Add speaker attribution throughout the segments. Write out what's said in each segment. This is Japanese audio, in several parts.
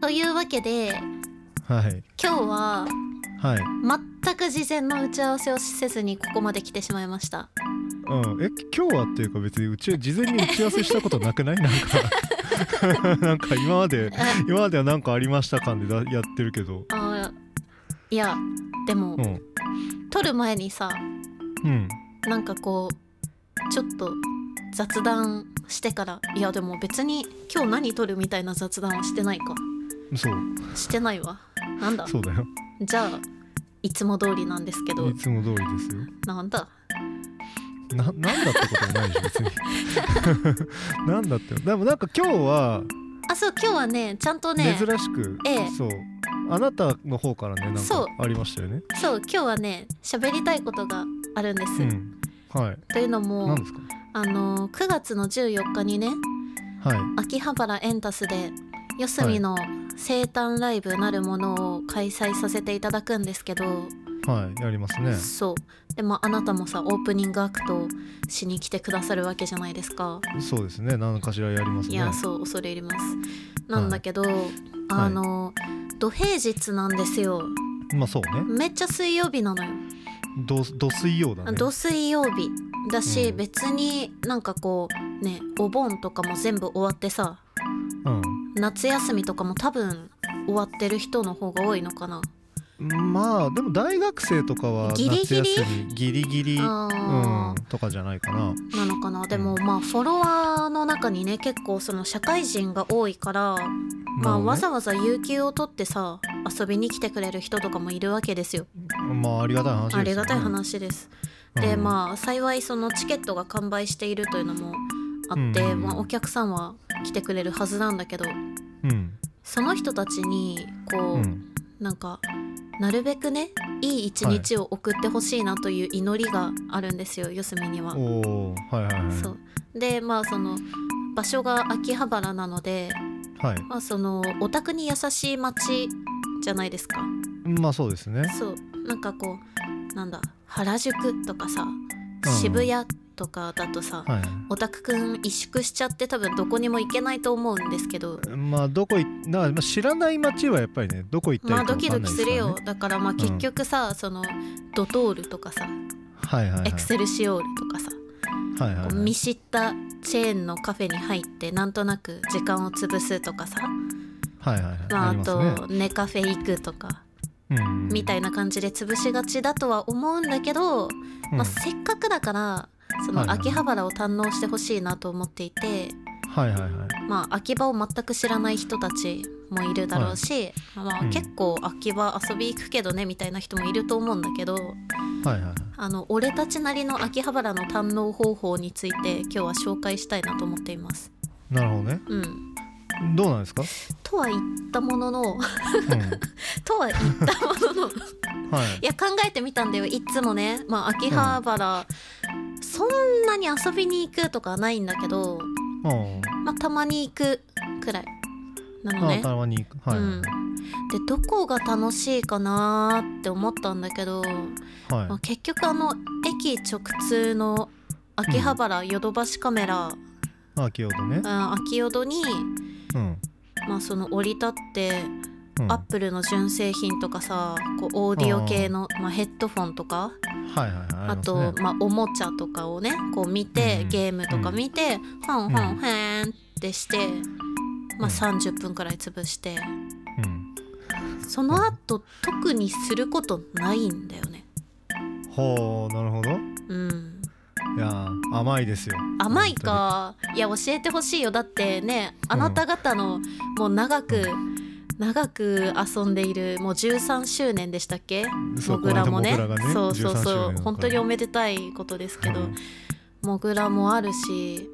Speaker 1: というわけで
Speaker 2: はい
Speaker 1: 今日は
Speaker 2: はい
Speaker 1: 全く事前の打ち合わせをせずにここまで来てしまいました
Speaker 2: うんえ今日はっていうか別にうち事前に打ち合わせしたことなくない なんかなんか今まで
Speaker 1: あ
Speaker 2: 今までは何かありました感でだやってるけど
Speaker 1: あーいやでも、
Speaker 2: うん
Speaker 1: 撮る前にさ
Speaker 2: うん
Speaker 1: なんかこうちょっと雑談してからいやでも別に今日何撮るみたいな雑談はしてないか
Speaker 2: そう
Speaker 1: してないわなんだ
Speaker 2: そうだよ
Speaker 1: じゃあいつも通りなんですけど
Speaker 2: いつも通りですよ
Speaker 1: なんだ
Speaker 2: ななんだってこともないし別に なんだってでもなんか今日は
Speaker 1: あそう今日はねちゃんとね
Speaker 2: 珍しく、
Speaker 1: ええ
Speaker 2: そうあなたの方からねなん
Speaker 1: そう
Speaker 2: かありましたよね
Speaker 1: そう今日はね喋りたいことがあるんです、
Speaker 2: うんはい
Speaker 1: というのも
Speaker 2: 何ですか
Speaker 1: あの9月の14日にね
Speaker 2: はい
Speaker 1: 秋葉原エンタスで四隅の生誕ライブなるものを開催させていただくんですけど、
Speaker 2: はいやりますね
Speaker 1: そうでもあなたもさオープニングアクトをしに来てくださるわけじゃないですか
Speaker 2: そうですね何かしらやります
Speaker 1: い
Speaker 2: ね
Speaker 1: やそう恐れ入りますなんだけど、あの土平日なんですよ
Speaker 2: まあそうね
Speaker 1: めっちゃ水曜日なのよ
Speaker 2: どど水曜だね
Speaker 1: 土水曜日だし、
Speaker 2: うん
Speaker 1: 別になんかこうねお盆とかも全部終わってさ
Speaker 2: う
Speaker 1: 夏休みとかも多分終わってる人の方が多いのかな、
Speaker 2: んまあでも大学生とかは
Speaker 1: ギリギ
Speaker 2: 夏
Speaker 1: リ
Speaker 2: 休みギリギリうん
Speaker 1: あ
Speaker 2: とかじゃないかな
Speaker 1: ーなのかなでもまあフォロワーの中にね結構その社会人が多いからまあ、
Speaker 2: なるほどね
Speaker 1: わざわざ有給を取ってさ遊びに来てくれる人とかもいるわけですよ。
Speaker 2: まあありがたい話ですよ
Speaker 1: あ
Speaker 2: ね
Speaker 1: りがたい話です。でまあ幸いそのチケットが完売しているというのもあって、
Speaker 2: うん
Speaker 1: まあ、お客さんは来てくれるはずなんだけど
Speaker 2: うん
Speaker 1: その人たちにこう、
Speaker 2: うん
Speaker 1: なんかなるべくねいい一日を送ってほしいなという祈りがあるんですよ四隅には。
Speaker 2: おーはいはいはい
Speaker 1: そうでまあその場所が秋葉原なので、
Speaker 2: はい
Speaker 1: まあ、そのお宅に優しい街じゃないですか。
Speaker 2: まあそうですね
Speaker 1: そうなんかこうなんだ原宿とかさ
Speaker 2: うん
Speaker 1: 渋谷とかだとさ、
Speaker 2: はい
Speaker 1: オタクくん萎縮しちゃって多分どこにも行けないと思うんですけど
Speaker 2: まあどこいな、まあ、知らない街はやっぱりねどこ行った
Speaker 1: ま
Speaker 2: ら
Speaker 1: あ
Speaker 2: いい
Speaker 1: ドキ
Speaker 2: か分か
Speaker 1: ド
Speaker 2: んな
Speaker 1: キ
Speaker 2: いですすか
Speaker 1: る
Speaker 2: ら、ね、
Speaker 1: よ、だからまあ結局さ、そのドトールとかさ、
Speaker 2: はいはいはい
Speaker 1: エクセルシオールとかさ、
Speaker 2: はいはい
Speaker 1: こう見知ったチェーンのカフェに入ってなんとなく時間を潰すとかさ、
Speaker 2: はいはいはい
Speaker 1: まあ、
Speaker 2: あり
Speaker 1: あ
Speaker 2: ます
Speaker 1: と
Speaker 2: ね
Speaker 1: ネカフェ行くとか
Speaker 2: うん
Speaker 1: みたいな感じで潰しがちだとは思うんだけど、
Speaker 2: うん
Speaker 1: まあ、せっかくだからそ
Speaker 2: はい
Speaker 1: の
Speaker 2: はい
Speaker 1: 秋葉原を堪能してほしいなと思っていて、
Speaker 2: はいはいはい
Speaker 1: まあ、秋葉を全く知らない人たちもいるだろうし、まあ、
Speaker 2: うん
Speaker 1: 結構秋葉遊び行くけどねみたいな人もいると思うんだけど
Speaker 2: はいはいはい
Speaker 1: あの俺たちなりの秋葉原の堪能方法について今日は紹介したいなと思っています。
Speaker 2: なるほどね
Speaker 1: うん、
Speaker 2: どうなんですか、
Speaker 1: とは言ったものの
Speaker 2: う
Speaker 1: とは言ったも のの
Speaker 2: ん、はい
Speaker 1: いや考えてみたんだよいつもね、まあ、秋葉原、そんなに遊びに行くとかはないんだけど、
Speaker 2: うん
Speaker 1: まあ、たまに行くくらいなの
Speaker 2: あ
Speaker 1: ね
Speaker 2: あ。たまに行くはい、
Speaker 1: うん、でどこが楽しいかなーって思ったんだけど、
Speaker 2: はい
Speaker 1: まあ、結局あの駅直通の秋葉原ヨドバシカメラ、
Speaker 2: あ秋音ね
Speaker 1: あ秋淀に、
Speaker 2: うん
Speaker 1: まあ、その降り立って、
Speaker 2: うん
Speaker 1: アップルの純正品とかさこうオーディオ系のまあ、ヘッドフォンとか。
Speaker 2: はいはいはい
Speaker 1: あ
Speaker 2: ります
Speaker 1: と
Speaker 2: ね
Speaker 1: まあ、おもちゃとかをねこう見て、
Speaker 2: うん
Speaker 1: ゲームとか見て、ほん、ホンホンへーんってして、ま
Speaker 2: う
Speaker 1: あ、
Speaker 2: ん
Speaker 1: 30分くらい潰して
Speaker 2: うん
Speaker 1: その後特にすることないんだよね
Speaker 2: ほうなるほどい
Speaker 1: うん
Speaker 2: やー甘いですよ
Speaker 1: 甘いかいや教えてほしいよだってねあなた方のもう長く、長く遊んでいるもう13周年でしたっけ
Speaker 2: 本当にそ
Speaker 1: モ
Speaker 2: うこ
Speaker 1: グ
Speaker 2: の
Speaker 1: ラ
Speaker 2: 間
Speaker 1: も
Speaker 2: モグ
Speaker 1: ね
Speaker 2: ラがね
Speaker 1: そうそうそう本当にお
Speaker 2: め
Speaker 1: めでたいことですけど、
Speaker 2: うん
Speaker 1: モグラもあるし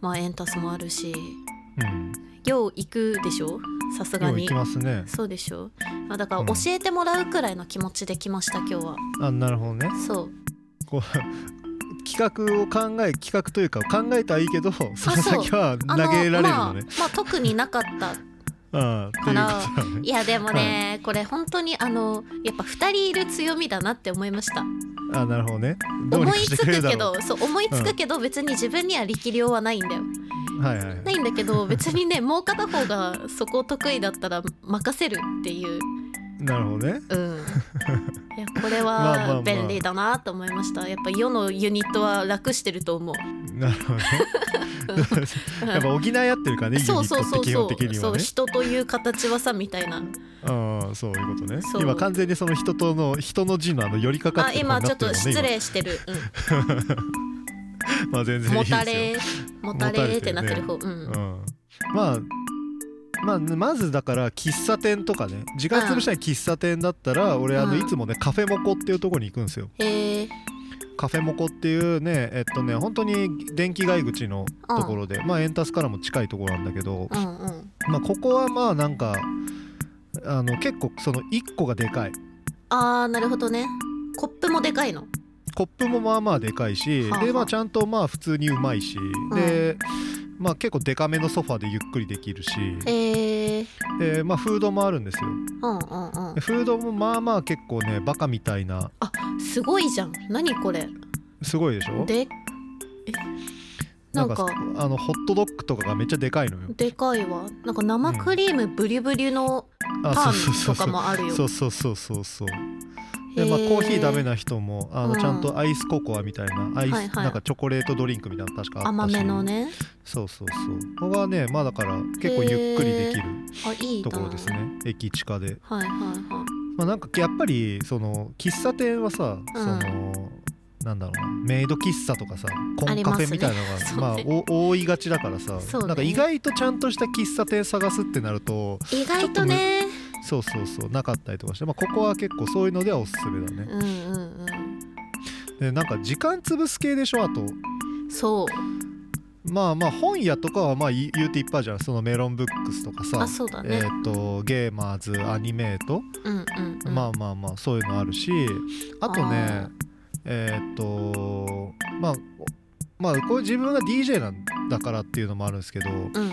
Speaker 1: まあエンタスもあるし
Speaker 2: うん
Speaker 1: よう行くでしょさすが
Speaker 2: よう
Speaker 1: に
Speaker 2: 行きますね
Speaker 1: そうでしょまあだから
Speaker 2: うん
Speaker 1: 教えてもらうくらいの気持ちで来ました今日は
Speaker 2: あなるほどね
Speaker 1: そう
Speaker 2: こう企画を考え企画というか考えたはいいけどその先は
Speaker 1: あ
Speaker 2: 投げられるのね
Speaker 1: まあ、まあ特になかった
Speaker 2: ああということだね
Speaker 1: いやでもね、これ本当にあのやっぱ2人いる強みだなって思いました
Speaker 2: あなるほどねどうに
Speaker 1: 思
Speaker 2: か
Speaker 1: い
Speaker 2: して
Speaker 1: つ
Speaker 2: くれる
Speaker 1: く
Speaker 2: だ
Speaker 1: け
Speaker 2: ろう
Speaker 1: どそう思いつくけど別に自分には力量はないんだよ、
Speaker 2: はいはい
Speaker 1: ないんだけ ど別にねもう片方がそこ得意だったら任せるっていう、
Speaker 2: なるほどね
Speaker 1: うん、いやこれ
Speaker 2: まあまあま
Speaker 1: は
Speaker 2: あ
Speaker 1: 便利だなと思いま したやっぱ世のユニットは楽してると思う。
Speaker 2: なるほどね やっぱ補い合ってるからねユニ
Speaker 1: そう
Speaker 2: ッ
Speaker 1: そう
Speaker 2: ト
Speaker 1: そう
Speaker 2: って基
Speaker 1: そ
Speaker 2: 本的
Speaker 1: う
Speaker 2: には
Speaker 1: そう
Speaker 2: ね
Speaker 1: 人という形はさみたいな
Speaker 2: ああそういうことね
Speaker 1: そう
Speaker 2: 今完全にその人との人の字のあの寄りかかっ
Speaker 1: あ
Speaker 2: てる
Speaker 1: 今
Speaker 2: 感じに
Speaker 1: ち
Speaker 2: な
Speaker 1: ょ
Speaker 2: っ
Speaker 1: って
Speaker 2: る
Speaker 1: と
Speaker 2: もんね
Speaker 1: 失礼してる、
Speaker 2: 今まあ 全
Speaker 1: うん、
Speaker 2: 然いい
Speaker 1: も
Speaker 2: ですよ
Speaker 1: たれもたれってなってる方うん
Speaker 2: うんまあまあ、まずだから喫茶店とかね時間潰したい喫茶店だったら、俺あの
Speaker 1: うん
Speaker 2: いつもねカフェモコっていうとこに行くんですよ
Speaker 1: へえ
Speaker 2: カフェモコっていうねえっとね本当に電気街口のところで、まあエンタスからも近いところなんだけど、
Speaker 1: うんうん
Speaker 2: まあここはまあなんかあの結構その1個がでかい
Speaker 1: あーなるほどねコップもでかいの
Speaker 2: コップもまあまあでかいし、
Speaker 1: はあは
Speaker 2: で
Speaker 1: あ
Speaker 2: まあちゃんとまあ普通にうまいし、でまあ結構でかめのソファでゆっくりできるし、
Speaker 1: へえ
Speaker 2: でまあフードもあるんですよ
Speaker 1: うんうんうん
Speaker 2: でフードもまあまあ結構ねバカみたいな
Speaker 1: すごいじゃん何これ
Speaker 2: すごいでしょ
Speaker 1: でえなんか
Speaker 2: あのホットドッグとかがめっちゃでかいのよ
Speaker 1: でかいわなんか生クリームブリブリの
Speaker 2: あ
Speaker 1: パン
Speaker 2: そ
Speaker 1: と
Speaker 2: う
Speaker 1: かもあるよ
Speaker 2: そうそうそうそうそうでまあ
Speaker 1: へ
Speaker 2: コーヒーダメな人もあ
Speaker 1: う
Speaker 2: の
Speaker 1: ん
Speaker 2: ちゃんとアイスココアみたいなアイス、
Speaker 1: はいはい
Speaker 2: なんかチョコレートドリンクみたいなの確かあったし
Speaker 1: 甘めのね
Speaker 2: そうそうそうここはねまあだから結構ゆっくりできる
Speaker 1: あいい
Speaker 2: と
Speaker 1: な
Speaker 2: ころですね駅近で
Speaker 1: はいはいはい
Speaker 2: まあなんかやっぱりその喫茶店はさ、
Speaker 1: うん
Speaker 2: そのなんだろうなメイド喫茶とかさコ
Speaker 1: あ
Speaker 2: ン
Speaker 1: り
Speaker 2: カ
Speaker 1: ま
Speaker 2: フ
Speaker 1: すね
Speaker 2: ェみたいなの が
Speaker 1: そうね
Speaker 2: まあお多いがちだからさ、
Speaker 1: そうね
Speaker 2: なんか意外とちゃんとした喫茶店探すってなると
Speaker 1: 意外とね
Speaker 2: そうそうそうなかったりとかして、まあ、ここは結構そういうのではおすすめだね、
Speaker 1: うんうん
Speaker 2: でなんか時間潰す系でしょあと
Speaker 1: うんそう
Speaker 2: まあまあ本屋とかはまあい言うていっぱいあるじゃんそのメロンブックスとかさ
Speaker 1: あそうだ
Speaker 2: え
Speaker 1: ね、
Speaker 2: ー、とゲーマーズアニメート
Speaker 1: うんうん、うん、
Speaker 2: まあまあまあそういうのあるしあとね
Speaker 1: あー
Speaker 2: えーっとまあまあこれ自分が DJ なんだからっていうのもあるんですけど、ま
Speaker 1: うん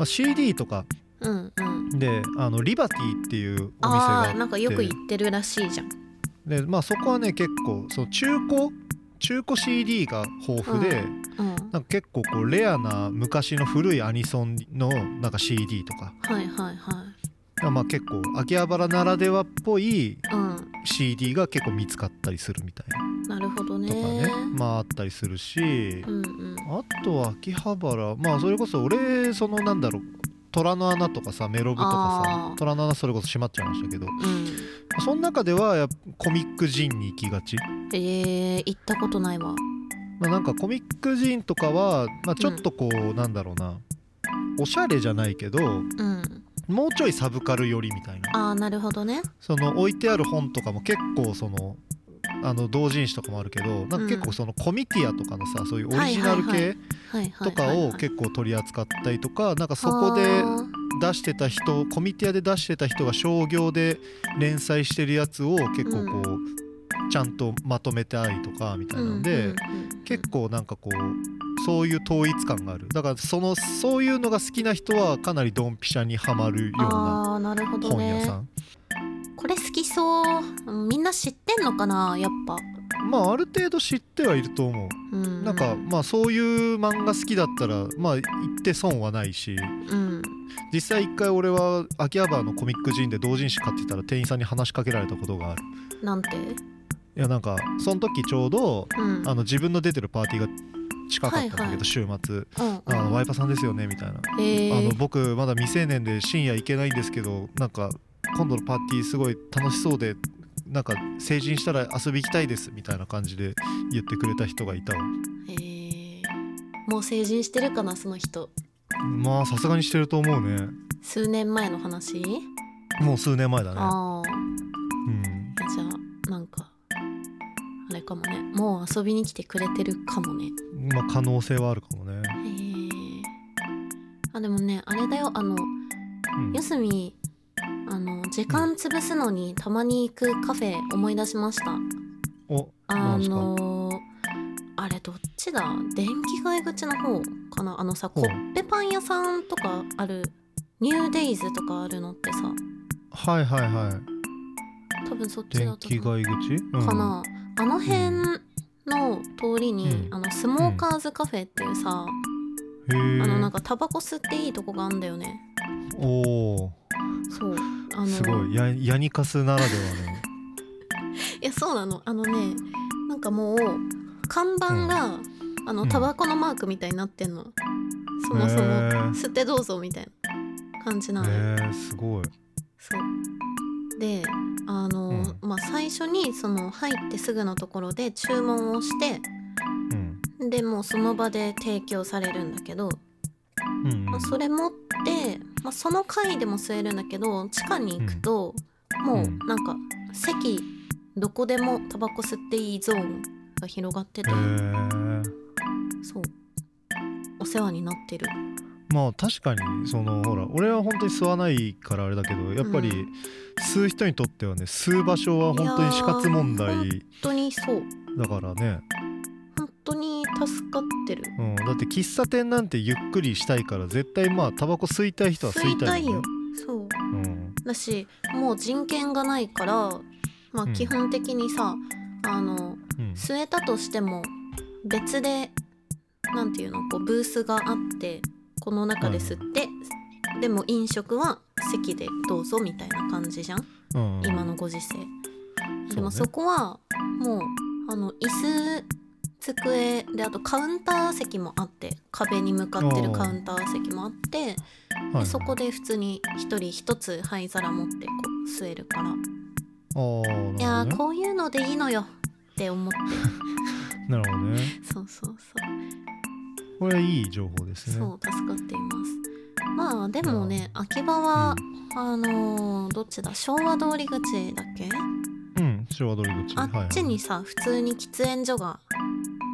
Speaker 2: あ、CD とか
Speaker 1: うんうん
Speaker 2: であのリバティっていうお店が
Speaker 1: あ
Speaker 2: あっ
Speaker 1: ー
Speaker 2: て
Speaker 1: なんかよく言ってるらしいじゃん
Speaker 2: で、まあ、そこはね結構その中古中古 CD が豊富で、
Speaker 1: うん
Speaker 2: なんか結構こうレアな昔の古いアニソンのなんか CD とか
Speaker 1: はいはいは
Speaker 2: まあ結構秋葉原ならではっぽい
Speaker 1: いうん
Speaker 2: CD が結構見つかったりするみたいな。
Speaker 1: なるほどね
Speaker 2: とかね、まああったりするし、
Speaker 1: うんうん
Speaker 2: あとは秋葉原まあそれこそ俺そのなんだろう虎の穴とかさメロブとか
Speaker 1: あ
Speaker 2: さ
Speaker 1: ー
Speaker 2: 虎の穴それこそ閉まっちゃいましたけど
Speaker 1: うん
Speaker 2: その中ではやっぱコミックジンに行きがち、
Speaker 1: えー、行ったことないわ
Speaker 2: まあ、なんかコミックジンとかは、まあ、ちょっとこう、なんだろうなおしゃれじゃないけど
Speaker 1: うん
Speaker 2: もうちょいサブカル寄りみたいな
Speaker 1: あーなるほどね
Speaker 2: その置いてある本とかも結構そのあの同人誌とかもあるけどなんか結構そのコミティアとかのさそういうオリジナル系、
Speaker 1: はいはいはいはいはい
Speaker 2: と
Speaker 1: は
Speaker 2: か
Speaker 1: いはい
Speaker 2: を結構取り扱ったりとかなんかそこで
Speaker 1: あ
Speaker 2: 出してた人コミティアで出してた人が商業で連載してるやつを結構こう、ちゃんとまとめてありとかみたい
Speaker 1: ー
Speaker 2: なので、結構なんかこうそういう統一感があるだからそのそういうのが好きな人はかなりドンピシャにはまるような
Speaker 1: あーなるほど
Speaker 2: 本屋
Speaker 1: ね
Speaker 2: さん、
Speaker 1: これ好きそううんみんな知ってんのかなやっぱ、
Speaker 2: まあある程度知ってはいると思う、
Speaker 1: うん、
Speaker 2: なんかまあそういう漫画好きだったらまあ行って損はないし
Speaker 1: うん
Speaker 2: 実際一回俺は秋葉原のコミックジーンで同人誌買ってたら店員さんに話しかけられたことがある
Speaker 1: なんて
Speaker 2: いやなんかその時ちょうど
Speaker 1: うん
Speaker 2: あの自分の出てるパーティーが近かったんだけど、
Speaker 1: はいはい
Speaker 2: 週末
Speaker 1: うん
Speaker 2: あの
Speaker 1: うん
Speaker 2: ワイパさんですよねみたいな、
Speaker 1: えー
Speaker 2: あの僕まだ未成年で深夜行けないんですけどなんか今度のパーティーすごい楽しそうでなんか成人したら遊び行きたいですみたいな感じで言ってくれた人がいたわ
Speaker 1: えーもう成人してるかなその人
Speaker 2: まあさすがにしてると思うね
Speaker 1: 数年前の話、
Speaker 2: もう数年前だね
Speaker 1: ああ
Speaker 2: うん
Speaker 1: じゃあなんかあれかもねもう遊びに来てくれてるかもね
Speaker 2: まあ可能性はあるかもね、
Speaker 1: えーあでもねあれだよあの
Speaker 2: うん
Speaker 1: 四隅あの時間潰すのにたまに行くカフェ思い出しました
Speaker 2: お
Speaker 1: あ
Speaker 2: なんすか
Speaker 1: のーあれどっちだ電気街口の方かなあのさコ
Speaker 2: ほう
Speaker 1: ッペパン屋さんとかあるニューデイズとかあるのってさ
Speaker 2: はいはいはい
Speaker 1: 多分そっちだ
Speaker 2: 電
Speaker 1: と
Speaker 2: 気
Speaker 1: 思う
Speaker 2: 街口、うん
Speaker 1: かな、あの辺の通りに、
Speaker 2: うん
Speaker 1: あのスモーカーズカフェっていうさ、
Speaker 2: へへえ
Speaker 1: あのなんかタバコ吸っていいとこがあんだよね
Speaker 2: おお
Speaker 1: そうあの
Speaker 2: すごいやヤニカスならではの
Speaker 1: いやそうなのあのねなんかもう看板が、あ
Speaker 2: う
Speaker 1: の
Speaker 2: ん
Speaker 1: タバコのマークみたいになってんの、そもそも、吸ってどうぞみたいな感じなのよ、
Speaker 2: へえすごい
Speaker 1: そうであの、まあ最初にその入ってすぐのところで注文をして
Speaker 2: うん
Speaker 1: でもうその場で提供されるんだけど、
Speaker 2: うんうん
Speaker 1: まあ、それ持って、まあ、その階でも吸えるんだけど地下に行くと、も
Speaker 2: うん
Speaker 1: うなんか席どこでもタバコ吸っていいゾーンが広がってて、
Speaker 2: へえ
Speaker 1: そうお世話になってる
Speaker 2: まあ確かにそのほら俺は本当に吸わないからあれだけどやっぱり
Speaker 1: うん
Speaker 2: 吸う人にとってはね吸う場所は本当に死活問題
Speaker 1: 本当にそう
Speaker 2: だからね、
Speaker 1: 本当に助かってる
Speaker 2: うん、だって喫茶店なんてゆっくりしたいから絶対まあタバコ吸いたい人は吸いたいよね、
Speaker 1: そう
Speaker 2: うん
Speaker 1: だしもう人権がないからまあ
Speaker 2: うん
Speaker 1: 基本的にさ、あの
Speaker 2: うん
Speaker 1: 据えたとしても別でなんていうのこうブースがあってこの中で吸って、でも飲食は席でどうぞみたいな感じじゃん、
Speaker 2: うん
Speaker 1: 今のご時世、
Speaker 2: ね
Speaker 1: でもそこはもうあの椅子机であとカウンター席もあって壁に向かってるカウンター席もあって
Speaker 2: はい
Speaker 1: でそこで普通に一人一つ灰皿持ってこう吸えるから
Speaker 2: あー
Speaker 1: い
Speaker 2: な
Speaker 1: やー
Speaker 2: るほどね
Speaker 1: こういうのでいいのよって思って
Speaker 2: なるほどね
Speaker 1: そうそうそ
Speaker 2: これいい情報です
Speaker 1: う
Speaker 2: ね
Speaker 1: そう助かっていますまあでもね秋葉は、あのーどっちだ昭和通り口だっけ
Speaker 2: うん昭和通り口
Speaker 1: あ
Speaker 2: はいは
Speaker 1: っ
Speaker 2: い
Speaker 1: ちにさ普通に喫煙所が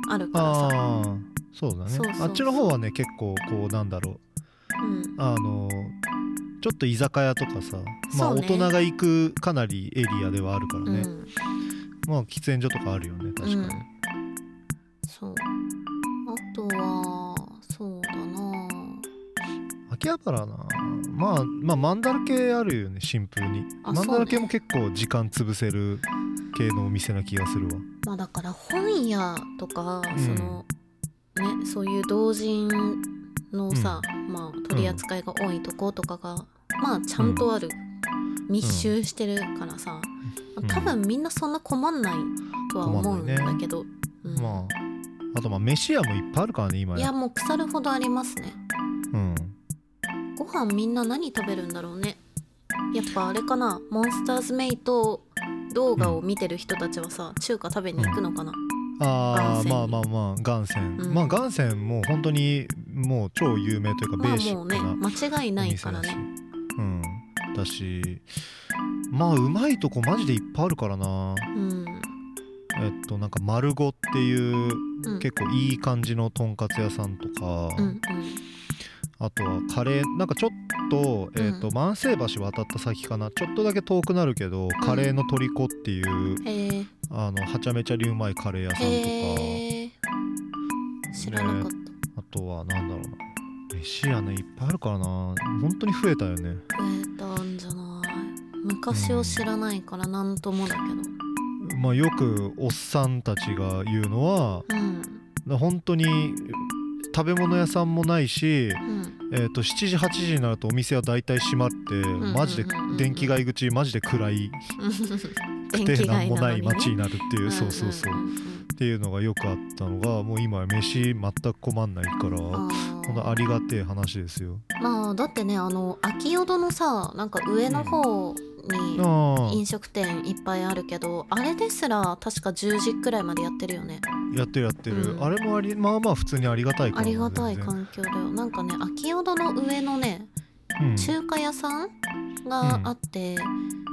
Speaker 1: あるからさ、
Speaker 2: ああそうだね
Speaker 1: そうそうそう
Speaker 2: あっちの方はね結構こうなんだろう
Speaker 1: うん、
Speaker 2: あのちょっと居酒屋とかさ、まあ、
Speaker 1: そう
Speaker 2: 大
Speaker 1: ね
Speaker 2: 人が行くかなりエリアではあるから
Speaker 1: う
Speaker 2: ね、
Speaker 1: ん
Speaker 2: まあ喫煙所とかあるよね確かに、
Speaker 1: うんそうあとはそうだな
Speaker 2: 秋葉原なまあまあマンダラ系あるよねシンプルに
Speaker 1: あ
Speaker 2: マンダ
Speaker 1: そう
Speaker 2: ラ
Speaker 1: ね
Speaker 2: 系も結構時間潰せる系のお店な気がするわ
Speaker 1: まあだから本屋とか、
Speaker 2: うん
Speaker 1: そのねそういう同人のさ、まあ取り扱いが多いとことかが、まあちゃんとある、密集してるからさ、
Speaker 2: うん
Speaker 1: 多分みんなそんな困んないとは思うんだけど、うん
Speaker 2: まああとまあ飯屋もいっぱいあるからね今
Speaker 1: い
Speaker 2: ね
Speaker 1: やもう腐るほどありますね
Speaker 2: うん
Speaker 1: ご飯みんな何食べるんだろうねやっぱあれかなモンスターズメイト動画を見てる人たちはさ、中華食べに行くのかな、
Speaker 2: あ
Speaker 1: 岩
Speaker 2: ー
Speaker 1: 泉
Speaker 2: まあまあまあ岩泉、
Speaker 1: うん
Speaker 2: まあ岩泉もう本当にもう超有名というかベ
Speaker 1: まあ
Speaker 2: ーシ
Speaker 1: も
Speaker 2: ッ
Speaker 1: う
Speaker 2: ク
Speaker 1: ね
Speaker 2: な
Speaker 1: 間違い
Speaker 2: お
Speaker 1: ない
Speaker 2: 店
Speaker 1: か
Speaker 2: だ
Speaker 1: ら
Speaker 2: し
Speaker 1: ね
Speaker 2: うんだしまあうまいとこマジでいっぱいあるからな
Speaker 1: うん
Speaker 2: えっとなんか丸五っていう、
Speaker 1: うん
Speaker 2: 結構いい感じのとんかつ屋さんとか、
Speaker 1: うん
Speaker 2: あとはカレーなんかちょっと,、えっと
Speaker 1: う
Speaker 2: 万世橋渡った先かなちょっとだけ遠くなるけどカレーの虜っていう、
Speaker 1: うん、へえ
Speaker 2: あのはちゃめちゃにうまいカレー屋さんとか、
Speaker 1: へえ知らなかった、
Speaker 2: あとはなんだろうな飯屋ねいっぱいあるからな本当に増えたよね
Speaker 1: 増えたんじゃない昔を知らないからなんともだけど
Speaker 2: まあよくおっさんたちが言うのは
Speaker 1: うん
Speaker 2: 本当に食べ物屋さんもないし、
Speaker 1: うん
Speaker 2: えー、と7時8時になるとお店は大体閉まって
Speaker 1: ん
Speaker 2: マジで
Speaker 1: うんうんうん
Speaker 2: 電気街口マジで暗いく
Speaker 1: 電
Speaker 2: て
Speaker 1: 気
Speaker 2: な
Speaker 1: 街
Speaker 2: んも
Speaker 1: なの
Speaker 2: な
Speaker 1: に
Speaker 2: い
Speaker 1: ね
Speaker 2: 街になるっていうそうそうそう
Speaker 1: うん
Speaker 2: っ
Speaker 1: んん
Speaker 2: ていうのがよくあったのがもう今は飯全く困んない
Speaker 1: う
Speaker 2: から
Speaker 1: ん
Speaker 2: ほ
Speaker 1: あ
Speaker 2: んと
Speaker 1: ー
Speaker 2: ありがてえ話ですよ
Speaker 1: まあだってねあの秋淀のさなんか上の方に
Speaker 2: あ
Speaker 1: 飲食店いっぱいあるけどあれですら確か10時くらいまでやってるよね
Speaker 2: あやってるやってる、
Speaker 1: うん
Speaker 2: あれもありまあまあ普通にありがたいか
Speaker 1: あ
Speaker 2: ら
Speaker 1: りがたい
Speaker 2: 全然
Speaker 1: 環境だよなんかね秋淀の上のね
Speaker 2: うん
Speaker 1: 中華屋さんがあって、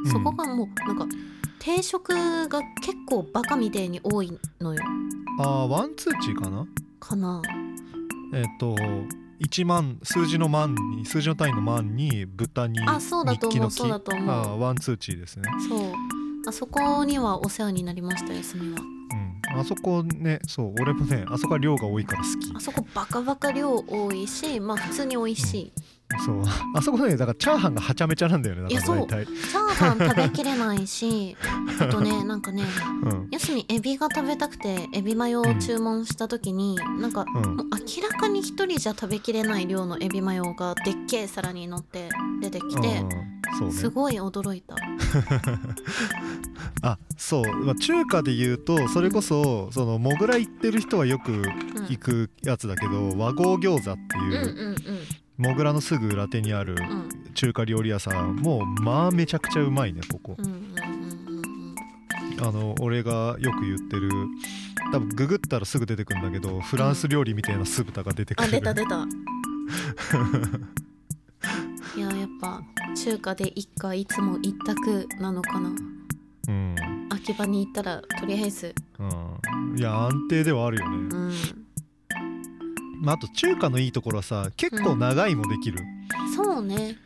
Speaker 2: うん
Speaker 1: そこがもうなんか定食が結構バカみてえに多いのよ
Speaker 2: あーワンツーチーかな
Speaker 1: かな
Speaker 2: えっ、と1万数字の万に数字の単位の万に豚に
Speaker 1: あそうだと
Speaker 2: 日記
Speaker 1: 思
Speaker 2: の
Speaker 1: う
Speaker 2: 記
Speaker 1: そうだと思
Speaker 2: あー
Speaker 1: う
Speaker 2: ワンツーチーですね
Speaker 1: そうあそこにはお世話になりましたよすみは
Speaker 2: うん、あそこねそう俺もねあそこは量が多いから好き
Speaker 1: あそこバカバカ量多いしまあ普通に美味しい
Speaker 2: そう あそこねだからチャーハンがはちゃめちゃなんだよねだ
Speaker 1: いや
Speaker 2: か
Speaker 1: そう
Speaker 2: ら大体
Speaker 1: チャーハン食べきれないしあとねなんかね
Speaker 2: うん
Speaker 1: やすみエビが食べたくてエビマヨを注文した時に、なんか
Speaker 2: うん
Speaker 1: もう明らかに一人じゃ食べきれない量のエビマヨがでっけえ皿に乗って出てきて
Speaker 2: うん、そうね
Speaker 1: すごい驚いた、
Speaker 2: あそう、まあ、中華で言うとそれこそそのモグラ行ってる人はよく
Speaker 1: うん、
Speaker 2: 行くやつだけど和合餃子って
Speaker 1: うんう
Speaker 2: い
Speaker 1: ん
Speaker 2: うモグラのすぐ裏手にあ
Speaker 1: う
Speaker 2: る
Speaker 1: んうん
Speaker 2: 中華料理屋さんもうまあめちゃくちゃうまいねここ
Speaker 1: うんうんうんうん
Speaker 2: あの俺がよく言ってる多分ググったらすぐ出てくるんだけどフランス料理みたいな酢豚が出てく
Speaker 1: あ
Speaker 2: る
Speaker 1: 出た出たいややっぱ中華で一家いつも一択なのかな
Speaker 2: うん、
Speaker 1: 秋葉に行ったらとりあえず
Speaker 2: うん、いや安定ではあるよね、
Speaker 1: うん
Speaker 2: まあ、あと中華のいいところはさ結構長いもできる、
Speaker 1: そうね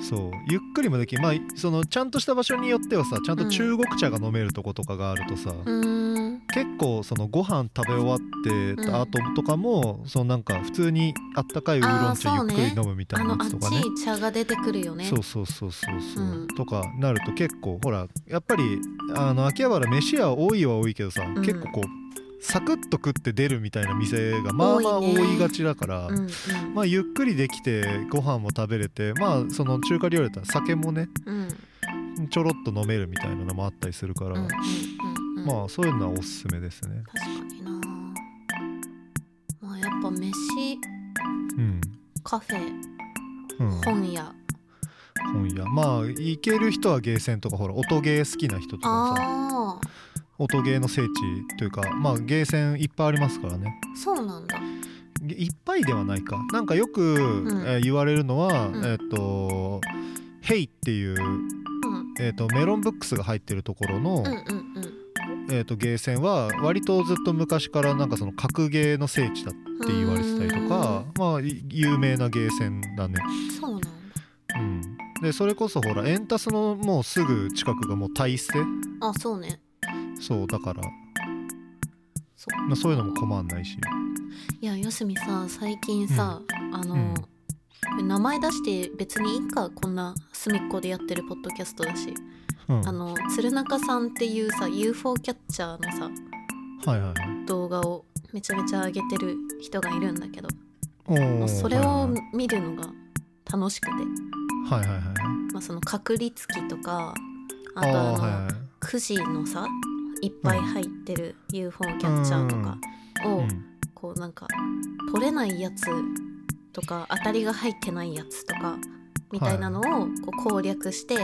Speaker 2: そうゆっくりもできるまあそのちゃんとした場所によってはさちゃんと中国茶が飲めるとことかがあるとさ、
Speaker 1: うーん
Speaker 2: 結構そのご飯食べ終わって
Speaker 1: うん
Speaker 2: た後とかも、そのなんか普通にあったかいウーロン茶
Speaker 1: あー
Speaker 2: ゆ
Speaker 1: そう
Speaker 2: っ
Speaker 1: ね
Speaker 2: くり飲むみた
Speaker 1: あ
Speaker 2: いな
Speaker 1: の
Speaker 2: や
Speaker 1: あっ
Speaker 2: つ
Speaker 1: ち
Speaker 2: とかね
Speaker 1: い茶が出てくるよね
Speaker 2: そうそうそうそうそう、
Speaker 1: うん
Speaker 2: とかなると結構ほらやっぱりあの秋葉原飯は多いは多いけどさ、
Speaker 1: ん
Speaker 2: 結構こうサクッと食って出るみたいな店がまあまあ
Speaker 1: 多いね
Speaker 2: 多いがちだから、
Speaker 1: うんうん
Speaker 2: まあゆっくりできてご飯も食べれてまあその中華料理だったら酒もね
Speaker 1: うん
Speaker 2: ちょろっと飲めるみたいなのもあったりするから、
Speaker 1: うんうんうん
Speaker 2: まあそういうのはおすすめですね。
Speaker 1: 確かになまあやっぱ飯
Speaker 2: うん、
Speaker 1: カフェ
Speaker 2: うん、
Speaker 1: 本屋
Speaker 2: 本屋まあ行ける人はゲーセンとかほら音ゲー好きな人とかさ
Speaker 1: ああ
Speaker 2: 音ゲーの聖地というかまあゲーセンいっぱいありますからね
Speaker 1: そうなんだ
Speaker 2: げいっぱいではないかなんかよく、
Speaker 1: ん
Speaker 2: えー言われるのは、
Speaker 1: うん
Speaker 2: えっ、と「ヘイっていう、
Speaker 1: うん
Speaker 2: えー、とメロンブックスが入ってるところ
Speaker 1: う
Speaker 2: の、
Speaker 1: んうんうん
Speaker 2: えー、とゲーセンは割とずっと昔からなんかその格ゲーの聖地だって言われてたりとかまあい有名なゲーセンだね。
Speaker 1: うーんそうなんだ
Speaker 2: うん、でそれこそほらエンタスのもうすぐ近くがもう大捨て
Speaker 1: あそうね
Speaker 2: そうだから、
Speaker 1: そ
Speaker 2: まあ、そういうのも困んないし
Speaker 1: いやよすみさ最近さ、あの、
Speaker 2: うん
Speaker 1: これ名前出して別にいいかこんな隅っこでやってるポッドキャストだし、
Speaker 2: うん
Speaker 1: あの鶴中さんっていうさ UFO キャッチャーのさ
Speaker 2: はいはいはい
Speaker 1: 動画をめちゃめちゃ上げてる人がいるんだけど、
Speaker 2: お
Speaker 1: も
Speaker 2: ー
Speaker 1: うそれ
Speaker 2: は
Speaker 1: を
Speaker 2: いはい
Speaker 1: 見るのが楽しくて、
Speaker 2: はいはいはい
Speaker 1: まあ、その確率機とかあ
Speaker 2: あ
Speaker 1: とあ
Speaker 2: あ
Speaker 1: の、
Speaker 2: はいはい
Speaker 1: くじのさいっぱい入ってる UFO キャッチャーとかを、
Speaker 2: うん
Speaker 1: こうなんか取れないやつとか当たりが入ってないやつとかみたいなのをこう攻略して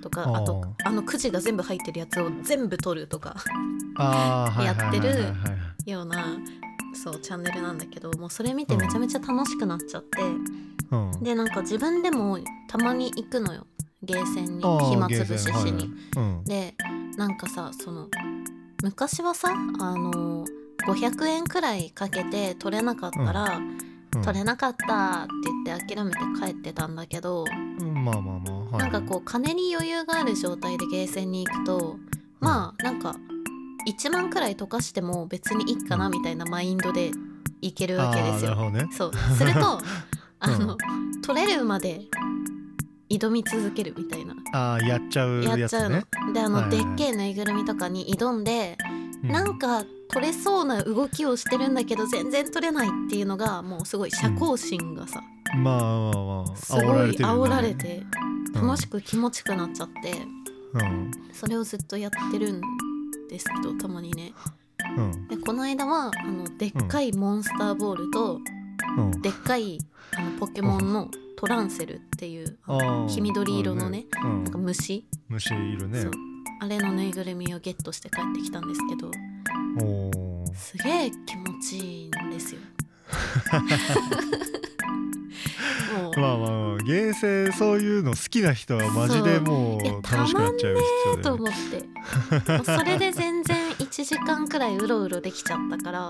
Speaker 1: とか、
Speaker 2: あー
Speaker 1: あとあのくじが全部入ってるやつを全部取るとか
Speaker 2: あーはいはいはいはいはい
Speaker 1: やってようなそうチャンネルなんだけどもうそれ見てめちゃめちゃ楽しくなっちゃって、
Speaker 2: うん
Speaker 1: でなんか自分でもたまに行くのよゲーセンに
Speaker 2: あー
Speaker 1: 暇
Speaker 2: ゲ
Speaker 1: つ
Speaker 2: ーセ
Speaker 1: ぶ
Speaker 2: ン
Speaker 1: しし
Speaker 2: はいはい
Speaker 1: に。
Speaker 2: うん
Speaker 1: でなんかさその昔はさあの500円くらいかけて取れなかったら、
Speaker 2: うん
Speaker 1: 取れなかったって言って諦めて帰ってたんだけど、
Speaker 2: うんまあまあまあ、はい、
Speaker 1: なんかこう金に余裕がある状態でゲーセンに行くとまあなんか1万くらい溶かしても別にいいかなみたいなマインドで行けるわけです
Speaker 2: あ
Speaker 1: よ。
Speaker 2: ーなるほどね
Speaker 1: そうする とあの、取れるまで挑み続けるみたいな
Speaker 2: ああやっちゃう
Speaker 1: や
Speaker 2: や
Speaker 1: っ
Speaker 2: つ
Speaker 1: ちゃうの。
Speaker 2: ね
Speaker 1: であの、
Speaker 2: はいはいはい
Speaker 1: でっけえぬいぐるみとかに挑んで、
Speaker 2: う
Speaker 1: なんか取れそうな動きをしてるんだけど全然取れないっていうのがもうすごい社交心がさ、
Speaker 2: まあまあまあ
Speaker 1: すごい煽られて楽し
Speaker 2: く、
Speaker 1: く気持ちくなっちゃって、
Speaker 2: うん
Speaker 1: それをずっとやってるんですけどたまにね
Speaker 2: うん
Speaker 1: でこの間はあのでっかいモンスターボールと、
Speaker 2: うんうん、
Speaker 1: でっかいあのポケモンのトランセルっていうあの
Speaker 2: あー
Speaker 1: 黄緑色のね、
Speaker 2: うん
Speaker 1: なんか虫、
Speaker 2: 虫いるね
Speaker 1: そうあれのぬいぐるみをゲットして帰ってきたんですけど
Speaker 2: おー
Speaker 1: すげえ気持ちいいんですよ。 もう
Speaker 2: まあまあまあゲーセンそういうの好きな人はマジでも
Speaker 1: そ
Speaker 2: う
Speaker 1: ういや
Speaker 2: 楽しくなっちゃう必要だ
Speaker 1: と
Speaker 2: よね
Speaker 1: 思ってもうそれで全然1時間くらいうろうろできちゃったから、